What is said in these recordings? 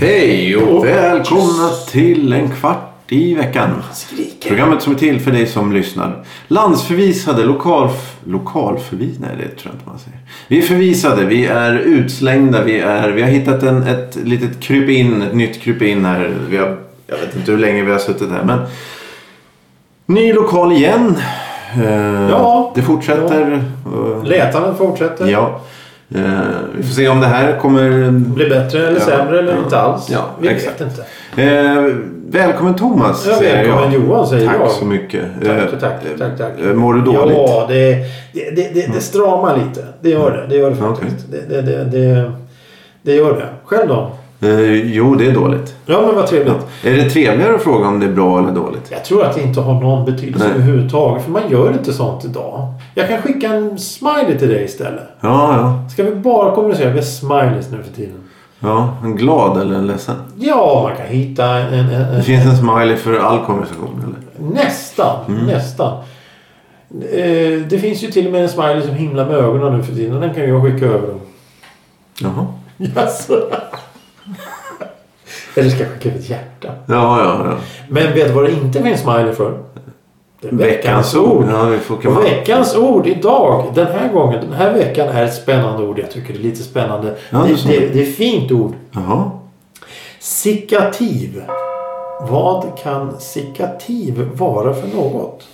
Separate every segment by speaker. Speaker 1: Hej
Speaker 2: Oh.
Speaker 1: och välkomna till en kvart i veckan. Programmet som är till för dig som lyssnar. Landsförvisade, lokal... Lokalförvisade? Nej, det tror jag inte man säger. Vi är förvisade, vi är utslängda, vi, är, vi har hittat en, ett litet krypin, ett nytt krypin här. Vi har, jag vet inte hur länge vi har suttit här, men... Ny lokal igen. Eh,
Speaker 2: Ja.
Speaker 1: Det fortsätter. Eh,
Speaker 2: Letandet fortsätter.
Speaker 1: ja. Eh, vi får se om det här kommer
Speaker 2: Blir bättre eller
Speaker 1: Ja.
Speaker 2: sämre eller
Speaker 1: Ja.
Speaker 2: inte alls.
Speaker 1: Ja,
Speaker 2: Vi
Speaker 1: exakt.
Speaker 2: vet inte.
Speaker 1: Eh, välkommen Thomas.
Speaker 2: Ja,
Speaker 1: säger
Speaker 2: välkommen
Speaker 1: jag.
Speaker 2: Johan säger
Speaker 1: Tack
Speaker 2: jag.
Speaker 1: så mycket.
Speaker 2: Tack,
Speaker 1: Eh,
Speaker 2: tack, tack, tack.
Speaker 1: eh, Mår du dåligt? Mm.
Speaker 2: Ja, det, det, det, det, det stramar lite. Det gör det. Det gör det faktiskt. Det, det, det, det, det gör det. Själv då?
Speaker 1: Eh, jo, det är dåligt.
Speaker 2: Ja, men vad trevligt.
Speaker 1: Är det trevligare att fråga om det är bra eller dåligt?
Speaker 2: Jag tror att det inte har någon betydelse
Speaker 1: Nej.
Speaker 2: överhuvudtaget. För man gör inte sånt idag. Jag kan skicka en smiley till dig istället.
Speaker 1: Ja, ja.
Speaker 2: Ska vi bara kommunicera med smileys nu för tiden?
Speaker 1: ja. En glad eller en ledsen?
Speaker 2: Ja, man kan hitta en... en, en,
Speaker 1: Det finns en smiley för all konversation, eller?
Speaker 2: Nästan,
Speaker 1: Mm.
Speaker 2: nästan. Eh, Det finns ju till och med en smiley som himlar med ögonen nu för tiden. Den kan jag skicka över dem.
Speaker 1: Jaha.
Speaker 2: Jaså? Eller ska jag skicka över ett hjärta?
Speaker 1: Ja, ja, ja.
Speaker 2: Men vet du vad det inte finns smiley för? Det är
Speaker 1: Veckans ord. Ja, vi får kan
Speaker 2: Och
Speaker 1: man...
Speaker 2: veckans ord idag, den här gången, den här veckan är ett spännande ord. Jag tycker det är lite spännande.
Speaker 1: Ja, det är
Speaker 2: det,
Speaker 1: så.
Speaker 2: det, det är ett fint ord.
Speaker 1: Jaha.
Speaker 2: Sikativ. Vad kan sikativ vara för något?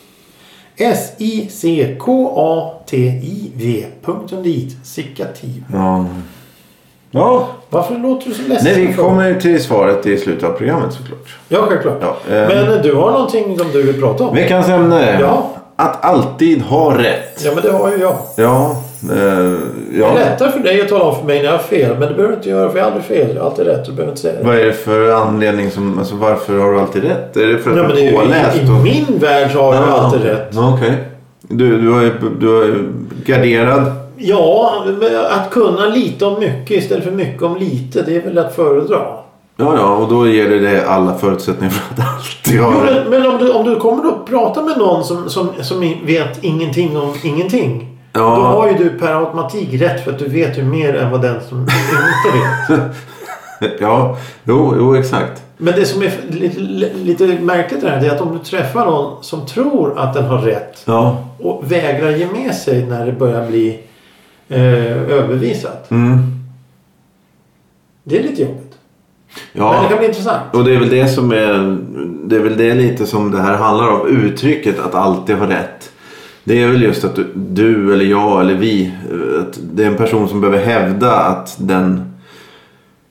Speaker 2: S-I-C-K-A-T-I-V. Punkten dit. Sikativ.
Speaker 1: Ja. ja.
Speaker 2: Varför låter du så ledsen?
Speaker 1: Nej, vi kommer till svaret i slutet av programmet såklart.
Speaker 2: Ja, självklart.
Speaker 1: Ja, eh,
Speaker 2: Men du har någonting som du vill prata om?
Speaker 1: Veckans ämne.
Speaker 2: Ja.
Speaker 1: Att alltid ha rätt.
Speaker 2: Ja, men det har ju jag.
Speaker 1: Ja. Eh,
Speaker 2: Det är
Speaker 1: ja.
Speaker 2: lättare för dig att tala om för mig när jag har fel. Men det behöver du inte göra för jag har aldrig fel. Jag har alltid rätt. Du behöver inte säga det.
Speaker 1: Vad är det för anledning som... Alltså varför har du alltid rätt? Är det för att
Speaker 2: Nej, men
Speaker 1: du
Speaker 2: det
Speaker 1: är
Speaker 2: är
Speaker 1: påläst?
Speaker 2: ju, i, I min värld så har jag alltid rätt.
Speaker 1: Ja, Okej. Du, du, har ju- du är garderad.
Speaker 2: Ja, men att kunna lite om mycket istället för mycket om lite. Det är väl att föredra.
Speaker 1: Ja, ja. Och då ger det dig alla förutsättningar för att alltid
Speaker 2: Jo,
Speaker 1: ha rätt.
Speaker 2: men, men om, du, om du kommer att prata med någon som, som, som vet ingenting om ingenting.
Speaker 1: Ja.
Speaker 2: Då har ju du per automatik rätt för att du vet ju mer än vad den som inte vet.
Speaker 1: Ja, jo, jo exakt.
Speaker 2: Men det som är lite, lite märkligt där det är att om du träffar någon som tror att den har rätt
Speaker 1: Ja.
Speaker 2: och vägrar ge med sig när det börjar bli eh, överbevisat.
Speaker 1: Mm.
Speaker 2: Det är lite jobbigt. Men det
Speaker 1: Ja.
Speaker 2: kan bli intressant.
Speaker 1: Och det är väl det som är... Det är väl det lite som det här handlar om. Uttrycket att alltid ha rätt. Det är väl just att du, du eller jag eller vi. eh, Att det är en person som behöver hävda att den...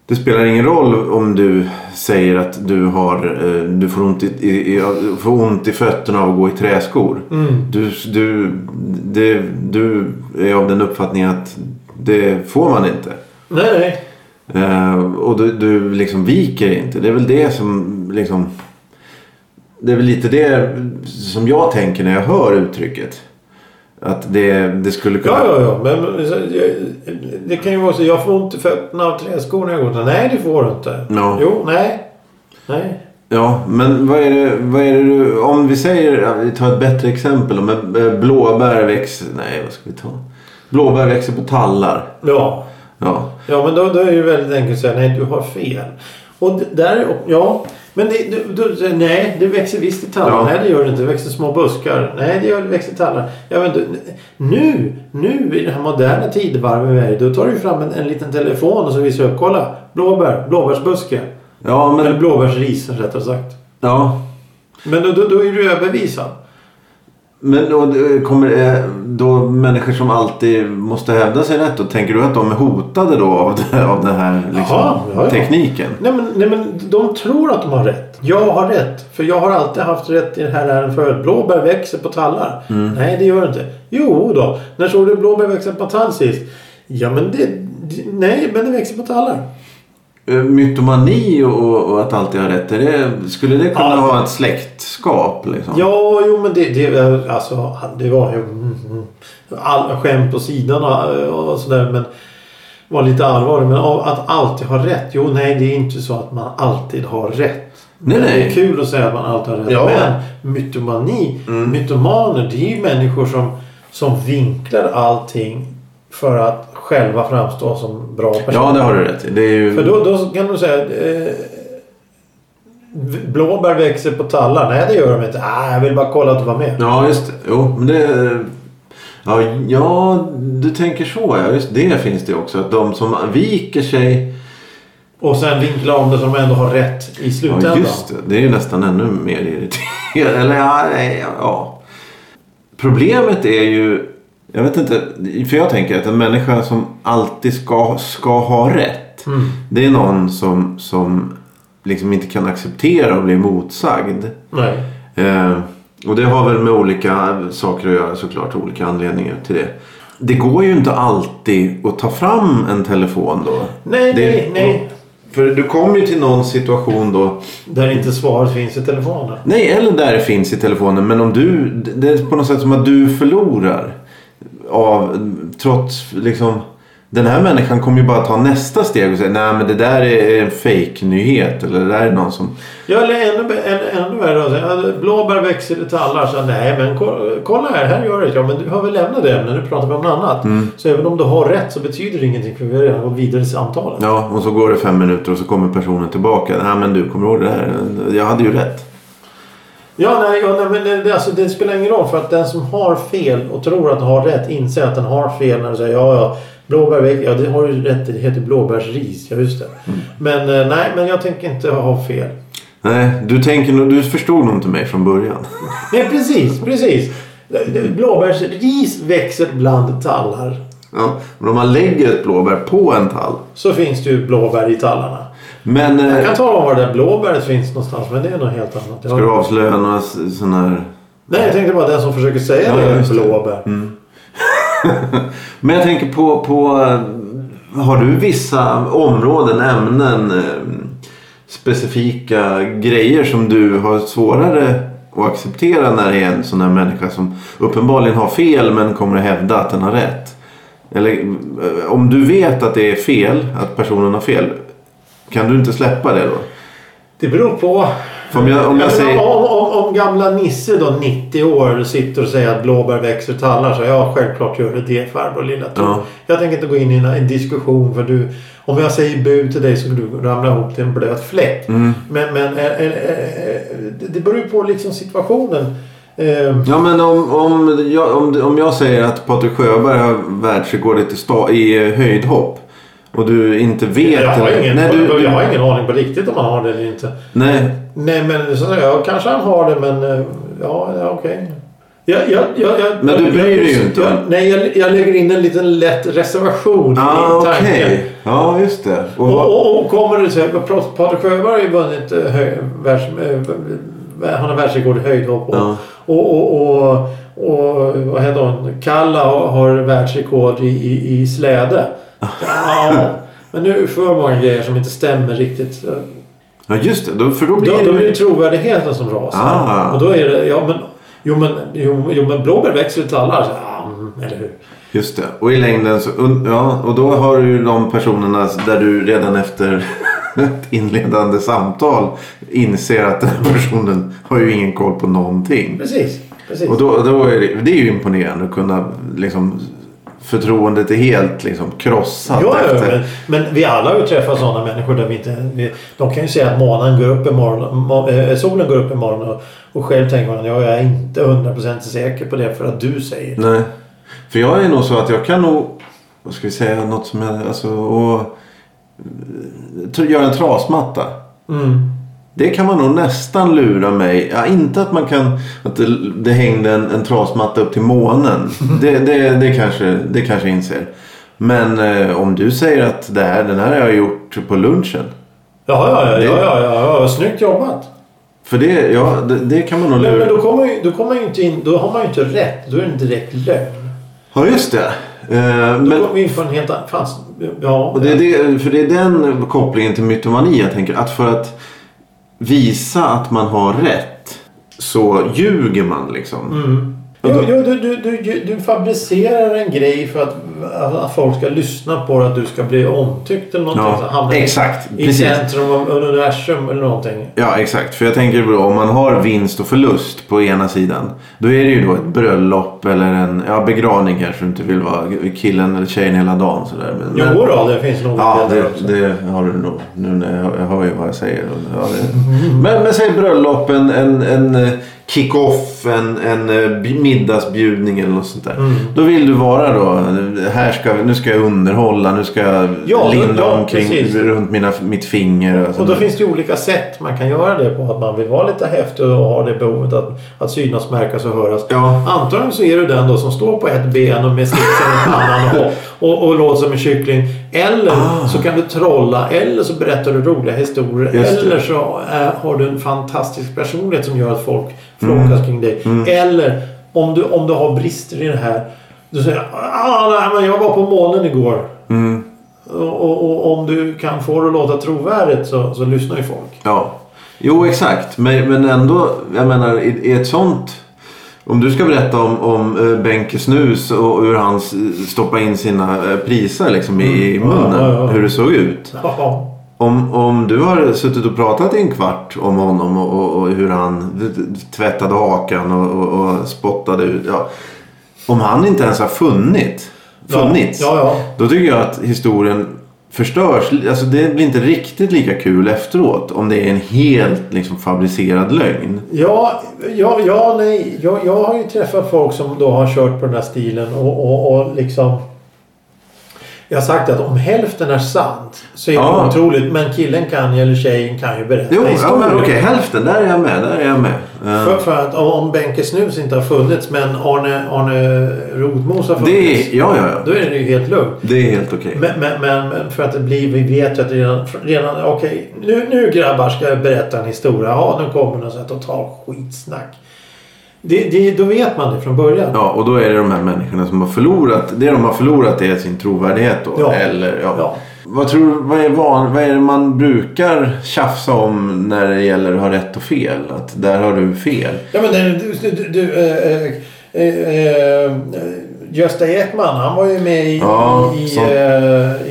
Speaker 1: Det spelar ingen roll om du säger att du, har, eh, du får, ont i, i, i, får ont i fötterna av att gå i träskor.
Speaker 2: Mm.
Speaker 1: Du, du, det, du är av den uppfattningen att det får man inte.
Speaker 2: Nej, nej.
Speaker 1: Eh, och du, du liksom viker inte. Det är väl det som liksom... Det är väl lite det som jag tänker när jag hör uttrycket. Att det, det skulle kunna...
Speaker 2: Ja, ja, ja. Men men, så, jag- det kan ju vara så. Jag får ont i fötterna av träskor när jag går. där. Nej, det får du inte.
Speaker 1: Ja.
Speaker 2: Jo, nej. Nej.
Speaker 1: Ja, men vad är, det, vad är det du... Om vi säger, ja, vi tar ett bättre exempel. Om en- eh, blåbär växer... Nej, vad ska vi ta? Blåbär växer på tallar.
Speaker 2: Ja.
Speaker 1: Ja.
Speaker 2: Ja, men då, då är det ju väldigt enkelt att säga nej, du har fel. Och d- där, ja. Men det, du, du, säger, nej, det växer visst i tallar.
Speaker 1: Ja.
Speaker 2: Nej, det gör det inte. Det växer små buskar. Nej, det, gör, det växer i tallar. Ja, men du, nu, nu i den här moderna tidevarvet vi är i, då tar du ju fram en, en liten telefon och så visar du, kolla, blåbär, blåbärsbuske.
Speaker 1: Ja,
Speaker 2: Eller
Speaker 1: men...
Speaker 2: blåbärsris rättare sagt.
Speaker 1: Ja.
Speaker 2: Men då, då, då är du överbevisad.
Speaker 1: Men då, eh, kommer det, då människor som alltid måste hävda sig rätt då? Tänker du att de är hotade då av, det, av den här liksom,
Speaker 2: Jaha, ja, ja.
Speaker 1: tekniken?
Speaker 2: Nej men, nej men de tror att de har rätt. Jag har rätt. För jag har alltid haft rätt i det här ärendet förut. Blåbär växer på tallar. Nej det gör det inte. Jo då. När såg du blåbär växa på tall sist? Ja men det... det- Nej men det växer på tallar.
Speaker 1: Eh, Mytomani och, och att alltid ha rätt, är det, skulle det kunna
Speaker 2: Ja.
Speaker 1: vara ett släktskap? Liksom?
Speaker 2: Ja jo men det... det alltså det var ju... mm, mm. All, skämt på sidan och, och sådär men... vara lite allvarlig. Men av- att alltid ha rätt. Jo, nej, det är inte så att man alltid har rätt.
Speaker 1: Nej,
Speaker 2: Men Det
Speaker 1: nej.
Speaker 2: är kul att säga att man alltid har rätt.
Speaker 1: Ja. Mm.
Speaker 2: Men mytomani, mytomaner, det är ju människor som, som vinklar allting för att själva framstå som bra personer.
Speaker 1: Ja, det har du rätt i. Det är ju...
Speaker 2: För då, då kan du säga... Eh, blåbär växer på tallar. Nej, det gör de inte. Ah, jag vill bara kolla att du var med.
Speaker 1: Ja, just det. Jo, men det... Ja, ja, du tänker så. Ja, just det finns det också. Att de som viker sig...
Speaker 2: Och sen vinkla om det så de ändå har rätt i slutändan.
Speaker 1: Ja, just det. Det är ju nästan ännu mer irriterande. Eller ja, nej, ja. Problemet är ju... Jag vet inte. För jag tänker att en människa som alltid ska, ska ha rätt.
Speaker 2: Mm.
Speaker 1: Det är någon som, som liksom inte kan acceptera att bli motsagd.
Speaker 2: Nej.
Speaker 1: Eh, och det har väl med olika saker att göra såklart. Olika anledningar till det. Det går ju inte alltid att ta fram en telefon då.
Speaker 2: Nej,
Speaker 1: Det- liksom-
Speaker 2: nej, nej.
Speaker 1: För du kommer ju till någon situation då.
Speaker 2: Där inte svaret finns i telefonen.
Speaker 1: Nej, eller där det finns i telefonen. Men om du, det är på något sätt som att du förlorar. Av, trots liksom. Den här människan kommer ju bara ta nästa steg och säga nej men det där är en fake-nyhet. Eller det där är någon som...
Speaker 2: Ja, eller ännu, bä- än- ännu värre. då. Så, ja, Blåbär växer i tallar. Så, nej, men ko- kolla här. Här gör det. Ja, men du har väl lämnat det ämnet. Nu pratar vi om något annat.
Speaker 1: Mm.
Speaker 2: Så även om du har rätt så betyder det ingenting. För vi har redan gått vidare i samtalet.
Speaker 1: Ja, och så går det fem minuter och så kommer personen tillbaka. Nej men du, kommer du ihåg det här? Jag hade ju rätt.
Speaker 2: Ja, nej, ja, nej men det- det, alltså, det spelar ingen roll för att den som har fel och tror att den har rätt inser att den har fel när du säger ja, ja, blåbär växer. Ja, det har du rätt i. Det heter blåbärsris. Ja, just det.
Speaker 1: Mm.
Speaker 2: Men eh, nej, men jag tänker inte ha fel.
Speaker 1: Nej, du tänker nog- du förstod nog inte mig från början.
Speaker 2: Nej, precis, precis. Blåbärsris växer bland tallar.
Speaker 1: Ja, men om man lägger ett blåbär på en tall.
Speaker 2: Så finns det ju blåbär i tallarna.
Speaker 1: Men... eh,
Speaker 2: Jag kan tala om var det där blåbäret finns någonstans men det är något helt annat. Jag-
Speaker 1: Ska du avslöja eh, några s- sådana här...
Speaker 2: Nej, jag tänkte bara den som försöker säga
Speaker 1: Ja,
Speaker 2: det är
Speaker 1: just det.
Speaker 2: blåbär.
Speaker 1: Men jag tänker på, på... eh, Har du vissa områden, ämnen, eh, specifika grejer som du har svårare att acceptera när det är en sån här människa som uppenbarligen har fel men kommer att hävda att den har rätt? Eller eh, om du vet att det är fel, att personen har fel, kan du inte släppa det då?
Speaker 2: Det beror på.
Speaker 1: För om jag, om jag
Speaker 2: Ja, men
Speaker 1: säger...
Speaker 2: om, om, om gamla Nisse då 90 år sitter och säger att blåbär växer och tallar så ja självklart gör det det farbror lilla Tor.
Speaker 1: Ja.
Speaker 2: Jag tänker inte gå in i en, en diskussion för du om jag säger bu till dig så kommer du ramla ihop till en blöt fläck.
Speaker 1: Mm.
Speaker 2: Men, men eh, eh, eh, det- det beror ju på liksom situationen. Eh,
Speaker 1: Ja men om, om, jag, om, om jag säger att Patrik Sjöberg har världsrekordet i, sta, i eh, höjdhopp och du inte vet...
Speaker 2: Jag har,
Speaker 1: eller-
Speaker 2: ingen,
Speaker 1: nej, du,
Speaker 2: jag
Speaker 1: du,
Speaker 2: har ingen aning på riktigt om han har det eller inte.
Speaker 1: nej,
Speaker 2: Nej men så, ja, kanske han har det men eh, ja, ja okej. Jag, jag, jag, jag,
Speaker 1: Men du
Speaker 2: jag-
Speaker 1: bryr dig ju inte,
Speaker 2: Jag,
Speaker 1: va?
Speaker 2: nej jag, jag lägger in en liten lätt reservation
Speaker 1: ah,
Speaker 2: i tanken.
Speaker 1: okej. Ja just det. Och,
Speaker 2: Och, och, och kommer det så här, Pat- Patrik Sjöberg har ju vunnit eh, hö, världs, eh, han har världsrekord i höjdhopp. Och,
Speaker 1: Ja.
Speaker 2: och, och, och, och vad heter hon? Kalla har- har världsrekord i, i, i släde.
Speaker 1: Ah.
Speaker 2: ja, men nu är det för många grejer som inte stämmer riktigt.
Speaker 1: ja just det, då, för då blir
Speaker 2: Då,
Speaker 1: det...
Speaker 2: då blir det trovärdigheten som rasar.
Speaker 1: Ah.
Speaker 2: Och då är det, ja men, jo men, jo, jo, men blåbär växer ju till alla. Så, ja, mm, eller hur?
Speaker 1: Just det. Och i längden så... und- Ja, och då har du ju de personerna där du redan efter ett inledande samtal inser att den här personen har ju ingen koll på någonting.
Speaker 2: Precis. precis.
Speaker 1: Och då, då är det, det är ju imponerande att kunna liksom förtroendet är helt liksom krossat
Speaker 2: Ja, ja,
Speaker 1: efter.
Speaker 2: men, men vi alla har ju träffat sådana människor där vi inte... Vi, de kan ju säga att månen går upp imorgon, må, eh, solen går upp imorgon och, och själv tänker man ja, jag är inte 100% säker på det för att du säger det.
Speaker 1: Nej. För jag är nog så att jag kan nog, vad ska vi säga, något som jag, alltså och eh, tr- göra en trasmatta.
Speaker 2: Mm.
Speaker 1: Det kan man nog nästan lura mig. Ja, inte att man kan, att det, det hängde en, en trasmatta upp till månen. Det, det, det, kanske, det kanske jag inser. Men eh, om du säger att det här, den här har jag gjort på lunchen.
Speaker 2: Ja, ja, ja,
Speaker 1: Det-
Speaker 2: ja, ja, ja, ja, snyggt jobbat.
Speaker 1: För det, ja, det, det kan man nog lura.
Speaker 2: Men, men då, kommer, ju- då, kommer ju inte in, då har man ju inte rätt. Då är det en direkt lögn.
Speaker 1: Ja, just det. Eh,
Speaker 2: Då
Speaker 1: men,
Speaker 2: kommer vi in på en helt annan... Fanns, ja,
Speaker 1: och det, är det, för det är den kopplingen till mytomani jag tänker. Att för att visa att man har rätt så
Speaker 2: Mm,
Speaker 1: ljuger man liksom.
Speaker 2: Jo, jo du, du, du, du fabricerar en grej för att att folk ska lyssna på det, att du ska bli omtyckt eller någonting. så
Speaker 1: Ja,
Speaker 2: hamnar
Speaker 1: exakt.
Speaker 2: I
Speaker 1: Precis.
Speaker 2: centrum av universum eller någonting.
Speaker 1: Ja, exakt. För jag tänker då, om man har vinst och förlust på ena sidan. Då är det ju då ett bröllop eller en ja, begravning kanske du inte vill vara killen eller tjejen hela dagen. Sådär. Men,
Speaker 2: Jo
Speaker 1: men-
Speaker 2: då, det finns nog
Speaker 1: Ja,
Speaker 2: olika där också.
Speaker 1: det, det har du nog. Nu när jag, jag hör ju vad jag säger. Och- Ja, det.
Speaker 2: Mm.
Speaker 1: Men, men säg bröllop, en, en, en eh, kick-off, en, en eh, b- middagsbjudning eller något sånt där.
Speaker 2: Mm.
Speaker 1: Då vill du vara då, här ska, vi- nu ska jag underhålla, nu ska jag
Speaker 2: Ja,
Speaker 1: linda
Speaker 2: ja,
Speaker 1: omkring
Speaker 2: precis.
Speaker 1: runt mina, mitt finger. Alltså, Och
Speaker 2: Och
Speaker 1: sånt
Speaker 2: då
Speaker 1: där.
Speaker 2: finns det ju olika sätt man kan göra det på. Att man vill vara lite häftig och ha det behovet att, att synas, märkas och höras.
Speaker 1: Ja.
Speaker 2: Antagligen så är du den då som står på ett ben och med slipsen i pannan och, och, och låter som en kyckling. Eller
Speaker 1: Ah.
Speaker 2: så kan du trolla. Eller så berättar du roliga historier.
Speaker 1: Just det.
Speaker 2: Eller så eh, har du en fantastisk personlighet som gör att folk
Speaker 1: Mm.
Speaker 2: flockas kring dig. Eller om du, om du har brister i det här. Du säger ah, nej, men jag var på månen igår.
Speaker 1: Mm.
Speaker 2: Och, och, och om du kan få det att låta trovärdigt så, så lyssnar ju folk.
Speaker 1: Ja. Jo, exakt. Men, men ändå, jag menar i, i ett sånt... Om du ska berätta om, om eh, Benke Snus och hur han s- stoppa in sina eh, priser liksom i, i munnen.
Speaker 2: Mm. Ja, ja, ja.
Speaker 1: Hur det såg ut.
Speaker 2: Ja,
Speaker 1: Om, om du har suttit och pratat i en kvart om honom och, och, och hur han tvättade hakan och, och, och spottade ut. Ja. Om han inte ens har funnit, funnits.
Speaker 2: Ja, ja.
Speaker 1: Då tycker jag att historien förstörs. Alltså det blir inte riktigt lika kul efteråt. Om det är en helt liksom, fabricerad lögn.
Speaker 2: ja, ja, ja nej. Jag, jag har ju träffat folk som då har kört på den här stilen och, och, och liksom... Jag har sagt att om hälften är sant så är det
Speaker 1: Ja.
Speaker 2: otroligt. Men killen kan ju, eller tjejen kan ju berätta
Speaker 1: Jo, ja,
Speaker 2: historier.
Speaker 1: men okej. hälften. Där är jag med. Där är jag med. Eh,
Speaker 2: För, för att om- om Benke Snus inte har funnits men Arne, Arne Rotmos har
Speaker 1: det
Speaker 2: funnits.
Speaker 1: är, ja, ja, ja.
Speaker 2: Då är det ju helt lugnt.
Speaker 1: Det är helt okej.
Speaker 2: Men, men, men men för att det blir, vi vet ju att redan, redan okej nu, nu grabbar ska jag berätta en historia. Ja, nu kommer något sånt totalt skitsnack. Det, det, då vet man det från början.
Speaker 1: Ja, och då är det de här människorna som har förlorat. Det de har förlorat är sin trovärdighet då.
Speaker 2: Ja.
Speaker 1: Eller, ja.
Speaker 2: Ja.
Speaker 1: Vad tror du, vad är, van, vad är det man brukar tjafsa om när det gäller att ha rätt och fel? Att där har du fel.
Speaker 2: Ja, men det- du, du, du, du eh, eh, eh, eh, Gösta Ekman, han var ju med i,
Speaker 1: Ja,
Speaker 2: i,
Speaker 1: så.
Speaker 2: eh,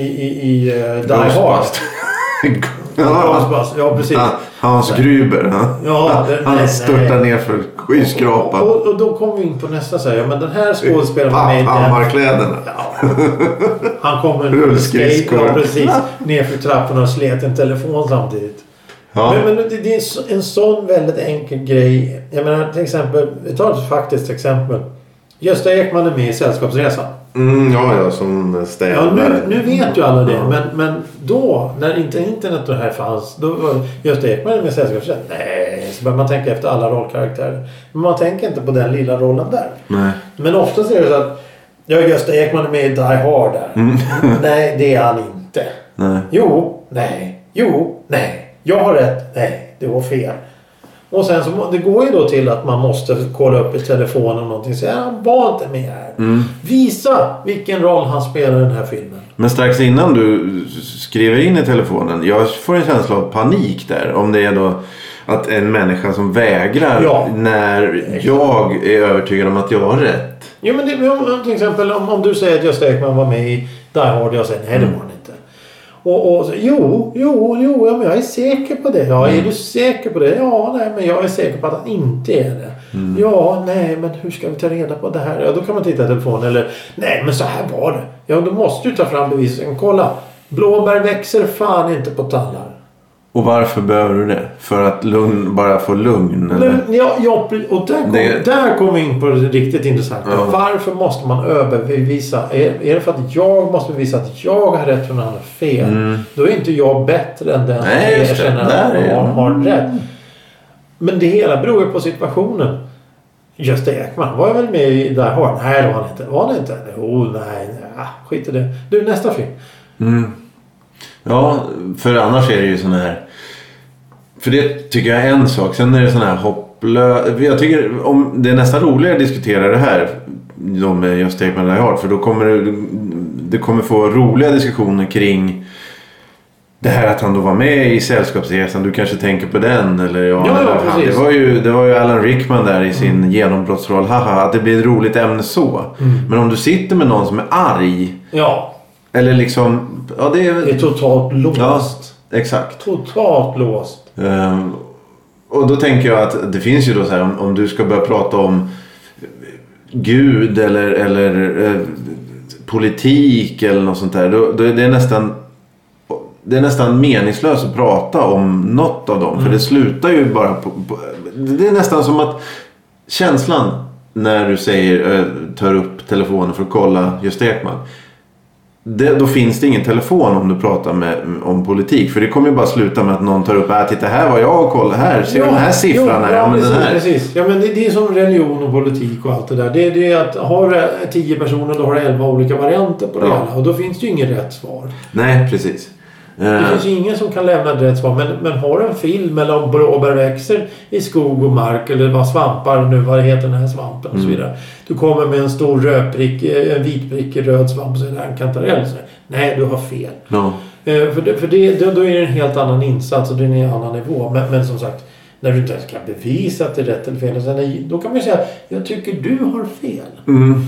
Speaker 2: i, i, i eh, Die Hard.
Speaker 1: Ghostbusters. ja.
Speaker 2: Ghostbusters, Ja, precis.
Speaker 1: Han- Hans Gruber. Han,
Speaker 2: Typ. Ja, det- nej,
Speaker 1: han
Speaker 2: nej.
Speaker 1: störtar ner för
Speaker 2: Och,
Speaker 1: skyskrapan.
Speaker 2: och, och då kommer vi in på nästa så här. Ja, men den här skådespelaren var med i den
Speaker 1: Papphammarkläderna.
Speaker 2: Ja. Han kommer
Speaker 1: Rullskridskor.
Speaker 2: Ja, precis. Nerför trapporna och slet en telefon samtidigt.
Speaker 1: Ja.
Speaker 2: Men, men det, det är en så- en sån väldigt enkel grej. Jag menar till exempel, vi tar ett faktiskt exempel. Gösta Ekman är med i Sällskapsresan.
Speaker 1: Mm, ja, ja, som
Speaker 2: Ja,
Speaker 1: städare.
Speaker 2: nu, nu vet ju alla det.
Speaker 1: Ja.
Speaker 2: Men, men då, när inte internet och det här fanns. Då var Gösta Ekman med i Sällskapsresan. Nej, så börjar man tänka efter alla rollkaraktärer. Men man tänker inte på den lilla rollen där.
Speaker 1: Nej.
Speaker 2: Men oftast är det så att ja, Gösta Ekman är med i Die Hard där. nej, det är han inte.
Speaker 1: Nej.
Speaker 2: Jo, nej, jo, nej. Jag har rätt, nej, det var fel. Och sen så må- det går ju då till att man måste kolla upp i telefonen och någonting. Så ja, han var inte med här. Visa vilken roll han spelar i den här filmen.
Speaker 1: Men strax innan du skriver in i telefonen. Jag får en känsla av panik där. Om det är då att en människa som vägrar
Speaker 2: Ja.
Speaker 1: när jag är övertygad om att jag har rätt.
Speaker 2: Jo men det, om, om, till exempel om, om du säger att Gösta Ekman var med i Die Hard och jag säger nej det var han inte. Och, och så, jo, jo, jo, ja, men jag är säker på det. Ja, är du säker på det? Ja, nej, men jag är säker på att han inte är det. Ja, nej, men hur ska vi ta reda på det här? Ja, då kan man titta i telefonen eller nej, men så här var det. Ja, då måste du ta fram bevisen. Kolla, blåbär växer fan inte på tallar.
Speaker 1: Och varför behöver du det? För att lugn, bara få lugn? Eller?
Speaker 2: Men, ja, ja, pre- och där kom,
Speaker 1: Det-
Speaker 2: där kom vi in på det riktigt intressanta.
Speaker 1: Ja.
Speaker 2: Varför måste man överbevisa? Är, är det för att jag måste bevisa att jag har rätt och någon annan fel? Då är inte jag bättre än den
Speaker 1: Mm. Nej,
Speaker 2: som
Speaker 1: just det.
Speaker 2: erkänner
Speaker 1: Där
Speaker 2: att
Speaker 1: är Mm.
Speaker 2: jag
Speaker 1: det.
Speaker 2: har rätt. Men det hela beror ju på situationen. Gösta Ekman var jag väl med i Die Hard? Nej, det var han inte. Var han inte? Jo, nej, nej. ah, Skit i det. Du, nästa film.
Speaker 1: Ja, för annars är det ju sån här... För det tycker jag är en sak. Sen är det sån här hopplös... Jag tycker om det är nästan roligare att diskutera det här. De med Just Take My Die Hard. För då kommer det, det kommer få roliga diskussioner kring det här att han då var med i Sällskapsresan, du kanske tänker på den? Eller ja,
Speaker 2: Ja, ja,
Speaker 1: eller han. Det,
Speaker 2: precis.
Speaker 1: var ju, det var ju Alan Rickman där i sin genombrottsroll. Haha, att det blir ett roligt ämne så. Men om du sitter med någon som är arg.
Speaker 2: Ja,
Speaker 1: Eller liksom, ja det är
Speaker 2: det är
Speaker 1: väl...
Speaker 2: totalt låst.
Speaker 1: Ja, exakt.
Speaker 2: Totalt låst.
Speaker 1: Ehm, och då tänker jag att det finns ju då så här om, om du ska börja prata om Gud eller, eller eh, politik eller något sånt där. Då, då är det nästan det är nästan meningslöst att prata om något av dem.
Speaker 2: Mm.
Speaker 1: För det slutar ju bara på, på... Det är nästan som att känslan när du säger eh, tar upp telefonen för att kolla just Ekman. Det, då finns det ingen telefon om du pratar med, om politik. För det kommer ju bara sluta med att någon tar upp äh, titta här vad jag har koll här. Ser du den här siffran
Speaker 2: jo,
Speaker 1: här?
Speaker 2: Ja,
Speaker 1: Ja, men den
Speaker 2: precis,
Speaker 1: här.
Speaker 2: precis. Ja, men det, det är som religion och politik och allt det där. Det, det är att har du tio personer då har du elva olika varianter på det
Speaker 1: Ja.
Speaker 2: hela. Och då finns det ju inget rätt svar.
Speaker 1: Nej, precis.
Speaker 2: Det
Speaker 1: Eh,
Speaker 2: finns ju ingen som kan lämna ett rätt svar. Men, men har du en film eller om blåbär växer i skog och mark eller vad svampar nu, vad heter den här svampen och så
Speaker 1: Mm.
Speaker 2: vidare. Du kommer med en stor röd prick, eh, en vit prick, en röd svamp och så är det en kantarell. Så, nej, du har fel.
Speaker 1: ja.
Speaker 2: Eh, För, det, för det, då, då är det en helt annan insats och det är en annan nivå. Men, men som sagt, när du inte ens kan bevisa att det är rätt eller fel. och Sen, då kan man ju säga, jag tycker du har fel.
Speaker 1: Mm,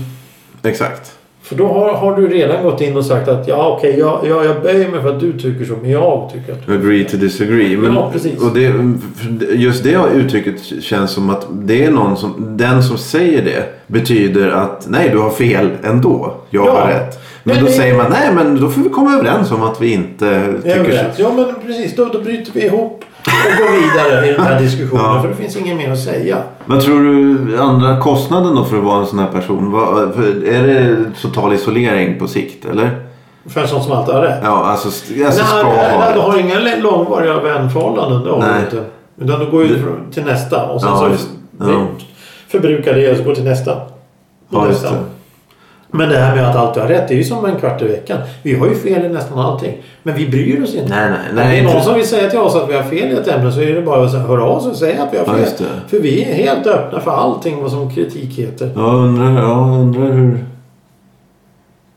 Speaker 1: exakt.
Speaker 2: För då har, har du redan gått in och sagt att ja okej, jag, jag, jag böjer mig för att du tycker så, men jag tycker att du...
Speaker 1: Agree to disagree. Men,
Speaker 2: Ja, precis.
Speaker 1: Och det, för just det uttrycket känns som att det är någon som, den som säger det betyder att nej, du har fel ändå. Jag
Speaker 2: Ja.
Speaker 1: har rätt. Men
Speaker 2: Nej,
Speaker 1: då
Speaker 2: det-
Speaker 1: säger man nej, men då får vi komma överens om att vi inte
Speaker 2: Jag är
Speaker 1: tycker så.
Speaker 2: överens. Ja men precis, då, då bryter vi ihop och går vidare i den här diskussionen.
Speaker 1: Ja.
Speaker 2: För det finns inget mer att säga.
Speaker 1: Vad tror du andra kostnaden då för att vara en sån här person? Vad, för är det total isolering på sikt eller?
Speaker 2: För en sån som alltid har rätt.
Speaker 1: Ja, alltså, st- alltså
Speaker 2: Nej,
Speaker 1: ska
Speaker 2: nej,
Speaker 1: ha
Speaker 2: nej, du
Speaker 1: det.
Speaker 2: har inga l- långvariga vänförhållanden. Det har
Speaker 1: Nej.
Speaker 2: du inte. Utan du går ju
Speaker 1: Det-
Speaker 2: från- till nästa och sen
Speaker 1: Ja,
Speaker 2: så
Speaker 1: just- ja.
Speaker 2: förbrukar det och så går till nästa. Och
Speaker 1: Ja, just
Speaker 2: nästa.
Speaker 1: det.
Speaker 2: Men det här med att alltid ha rätt, det är ju som en kvart i veckan. Vi har ju fel i nästan allting. Men vi bryr oss inte.
Speaker 1: Nej, nej, nej,
Speaker 2: Om det är
Speaker 1: inte-
Speaker 2: någon som vill säga till oss att vi har fel i ett ämne så är det bara att säga, höra av sig och säga att vi har
Speaker 1: Ja,
Speaker 2: fel.
Speaker 1: just det.
Speaker 2: för vi är helt öppna för allting vad som kritik heter.
Speaker 1: Jag undrar, jag undrar hur...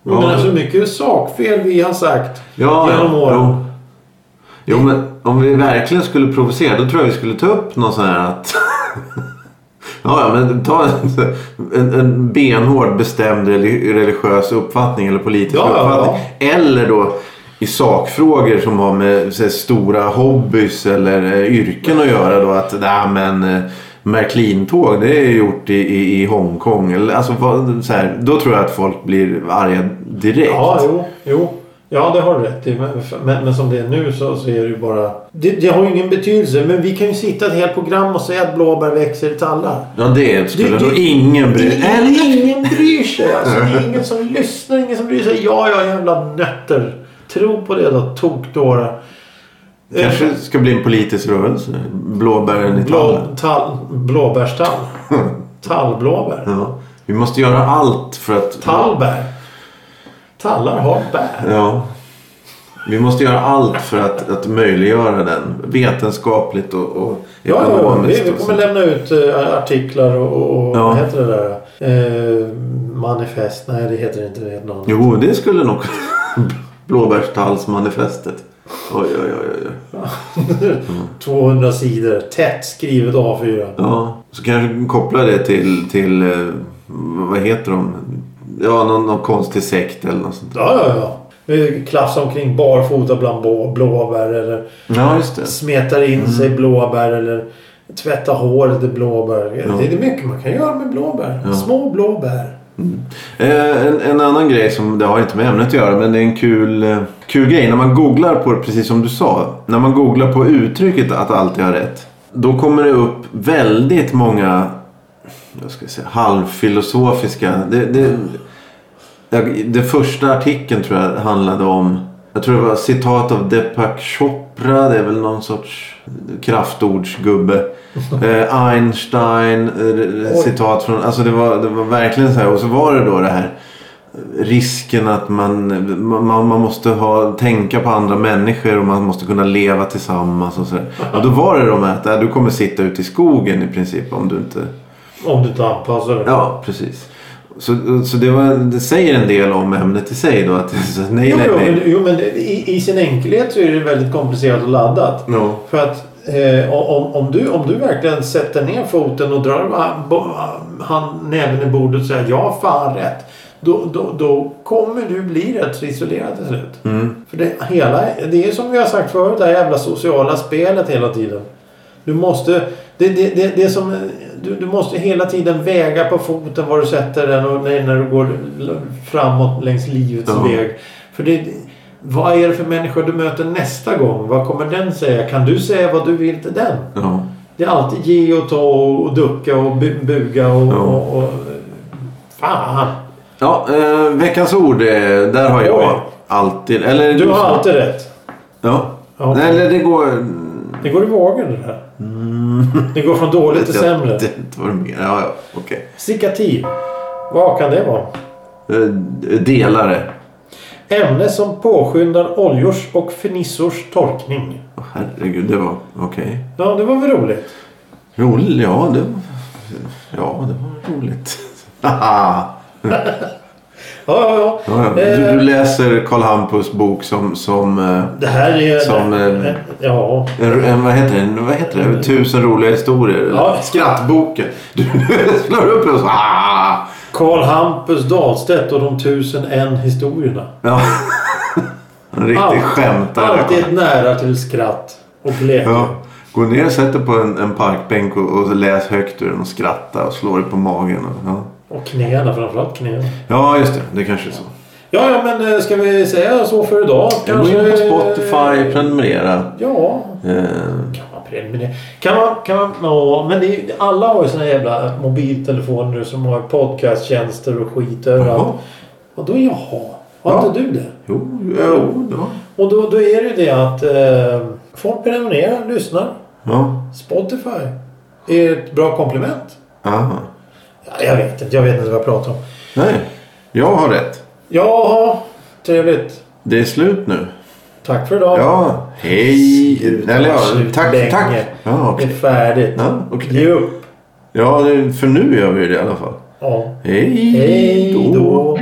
Speaker 2: Jag
Speaker 1: Ja.
Speaker 2: menar så alltså, mycket sakfel vi har sagt
Speaker 1: Ja,
Speaker 2: genom
Speaker 1: ja.
Speaker 2: åren.
Speaker 1: Jo. jo, men om vi verkligen skulle provocera då tror jag vi skulle ta upp någon sån här att... ja, ja, men ta en, en, en benhård bestämd reli- religiös uppfattning eller politisk
Speaker 2: Ja, ja,
Speaker 1: uppfattning. Eller då i sakfrågor som har med så här, stora hobbys eller eh, yrken att göra då att nej men eh, Märklintåg det är gjort i, i, i Hongkong. Eller, alltså, vad, så här, då tror jag att folk blir arga direkt.
Speaker 2: Ja, jo, jo. Ja, det har du rätt i. Men, men, men som det är nu så, så är det ju bara... Det, det har ju ingen betydelse. Men vi kan ju sitta ett helt program och säga att blåbär växer i tallar.
Speaker 1: Ja, det skulle
Speaker 2: Det-
Speaker 1: nog
Speaker 2: det-
Speaker 1: ingen bry
Speaker 2: Det är
Speaker 1: sig
Speaker 2: ingen bryr sig. Alltså, det är ingen som lyssnar, ingen som bryr sig. Ja, ja, jävla nötter. Tro på det då, tokdårar.
Speaker 1: kanske ska bli en politisk rörelse. Blåbären i
Speaker 2: Blå,
Speaker 1: tallen.
Speaker 2: tall, blåbärstall. Tallblåbär.
Speaker 1: Ja. Vi måste göra allt för att...
Speaker 2: Tallbär. Tallar har bär.
Speaker 1: Ja. Vi måste göra allt för att, att möjliggöra den. Vetenskapligt och, och
Speaker 2: Ja, ja, ja. Vi,
Speaker 1: ekonomiskt.
Speaker 2: vi
Speaker 1: och
Speaker 2: kommer
Speaker 1: så.
Speaker 2: lämna ut eh, artiklar och, och och
Speaker 1: Ja.
Speaker 2: vad heter det där? Eh, manifest? Nej, det heter det inte. Det heter något annat.
Speaker 1: Jo, det skulle nog... Blåbärstallsmanifestet. Oj, oj, oj, oj, oj. Mm.
Speaker 2: 200 sidor. Tätt skrivet A4.
Speaker 1: Ja. Så kanske vi kopplar det till... till eh, vad heter de? Ja, någon, någon konstig sekt eller något sånt där.
Speaker 2: Ja, ja, ja. Vi klaffsar omkring barfota bland blå, blåbär eller
Speaker 1: Ja, Mm. just det.
Speaker 2: smetar in sig i blåbär eller tvättar håret i blåbär.
Speaker 1: Ja.
Speaker 2: Det är mycket man kan göra med blåbär.
Speaker 1: Ja.
Speaker 2: Små blåbär.
Speaker 1: Eh, En, en annan grej som, det har inte med ämnet att göra, men det är en kul, eh, kul grej. När man googlar på det, precis som du sa. När man googlar på uttrycket att alltid ha rätt. Då kommer det upp väldigt många jag ska säga, halvfilosofiska. Det, det, jag, det första artikeln tror jag handlade om. Jag tror det var citat av Deepak Chopra. Det är väl någon sorts kraftordsgubbe. Eh, Einstein. Eh,
Speaker 2: Oj.
Speaker 1: citat från. Alltså det var, det var verkligen så här. Och så var det då det här. Risken att man, man, man måste ha, tänka på andra människor och man måste kunna leva tillsammans. Och så där. Och då var det de här att äh, du kommer sitta ute i skogen i princip om du inte
Speaker 2: Om du inte anpassar dig.
Speaker 1: Ja, precis. Så, så det, var, det säger en del om ämnet i sig då? Att, så, nej,
Speaker 2: Jo,
Speaker 1: nej,
Speaker 2: jo, men,
Speaker 1: nej.
Speaker 2: jo, men i, i sin enkelhet så är det väldigt komplicerat och laddat.
Speaker 1: Ja.
Speaker 2: För att eh, om, om, du, om du verkligen sätter ner foten och drar ah, bo, ah, han, näven i bordet och säger jag har fan rätt. Då, då, då kommer du bli rätt så isolerad till slut. För det, hela, det är som vi har sagt förut, det här jävla sociala spelet hela tiden. Du måste, det, det, det, det är som, du, du måste hela tiden väga på foten var du sätter den och när, när du går l- framåt längs livets
Speaker 1: Ja.
Speaker 2: väg. För det, vad är det för människor du möter nästa gång? Vad kommer den säga? Kan du säga vad du vill till den?
Speaker 1: Ja.
Speaker 2: Det är alltid ge och ta och, och ducka och bu, buga och,
Speaker 1: Ja.
Speaker 2: och, och... Fan!
Speaker 1: Ja, eh, veckans ord, eh, där har jag
Speaker 2: Oj.
Speaker 1: alltid... Eller,
Speaker 2: Du har
Speaker 1: som-
Speaker 2: alltid rätt.
Speaker 1: Ja.
Speaker 2: Ja.
Speaker 1: Nej, eller det går...
Speaker 2: Det går i vågor det där.
Speaker 1: Mm.
Speaker 2: Det går från dåligt till sämre.
Speaker 1: Jag vet inte vad du menar. Ja, ja, okej.
Speaker 2: Sikativ. Vad kan det vara?
Speaker 1: Eh, Delare.
Speaker 2: Ämne som påskyndar oljors och fernissors torkning.
Speaker 1: Åh, Herregud, det var okej.
Speaker 2: Ja, det var väl roligt?
Speaker 1: Roligt, ja det, ja det var roligt. Haha.
Speaker 2: Ja, ja,
Speaker 1: ja, ja.
Speaker 2: ja.
Speaker 1: du, du
Speaker 2: Eh,
Speaker 1: läser Karl Hampus bok som, som eh,
Speaker 2: det här är...
Speaker 1: Som, eh,
Speaker 2: eh, ja.
Speaker 1: en, en, vad, heter den? vad heter det? Tusen roliga historier. eller?
Speaker 2: Ja.
Speaker 1: Skrattboken. Du slår upp den och så. Ah!
Speaker 2: Karl Hampus Dahlstedt och de tusen en historierna.
Speaker 1: Ja. En riktig
Speaker 2: Allt-
Speaker 1: skämtare.
Speaker 2: Alltid nära till skratt och glädje.
Speaker 1: Ja. Gå ner och sätt dig på en, en parkbänk och, och läs högt ur den och skratta och slå dig på magen. Och, ja.
Speaker 2: Och knäna, framförallt knäna.
Speaker 1: ja, just det. Det kanske är så.
Speaker 2: Ja, ja, men eh, ska vi säga så för idag?
Speaker 1: Gå in på
Speaker 2: Kanske-
Speaker 1: Spotify, prenumerera.
Speaker 2: Ja,
Speaker 1: Eh,
Speaker 2: Kan man prenumerera? Kan man, kan man, ja, men det är, ju- alla har ju såna jävla mobiltelefoner nu som har podcasttjänster och skit
Speaker 1: Jaha.
Speaker 2: överallt. Och då jaha. Har
Speaker 1: Ja.
Speaker 2: inte du det?
Speaker 1: Jo, jo, ja.
Speaker 2: Och då, då är det ju det att eh, folk prenumererar, lyssnar.
Speaker 1: Ja.
Speaker 2: Spotify är ett bra komplement.
Speaker 1: Aha.
Speaker 2: Ja, jag vet inte, jag vet inte vad jag pratar om.
Speaker 1: Nej, jag har rätt.
Speaker 2: Jaha, trevligt.
Speaker 1: Det är slut nu.
Speaker 2: Tack för idag.
Speaker 1: Ja, hej. Eller ja,
Speaker 2: Slut
Speaker 1: tack,
Speaker 2: länge.
Speaker 1: tack. Ja,
Speaker 2: Det är
Speaker 1: okej.
Speaker 2: färdigt.
Speaker 1: Ja, okej.
Speaker 2: Ge upp.
Speaker 1: ja, det- för nu gör vi det i alla fall.
Speaker 2: Ja.
Speaker 1: Hej
Speaker 2: Hej då.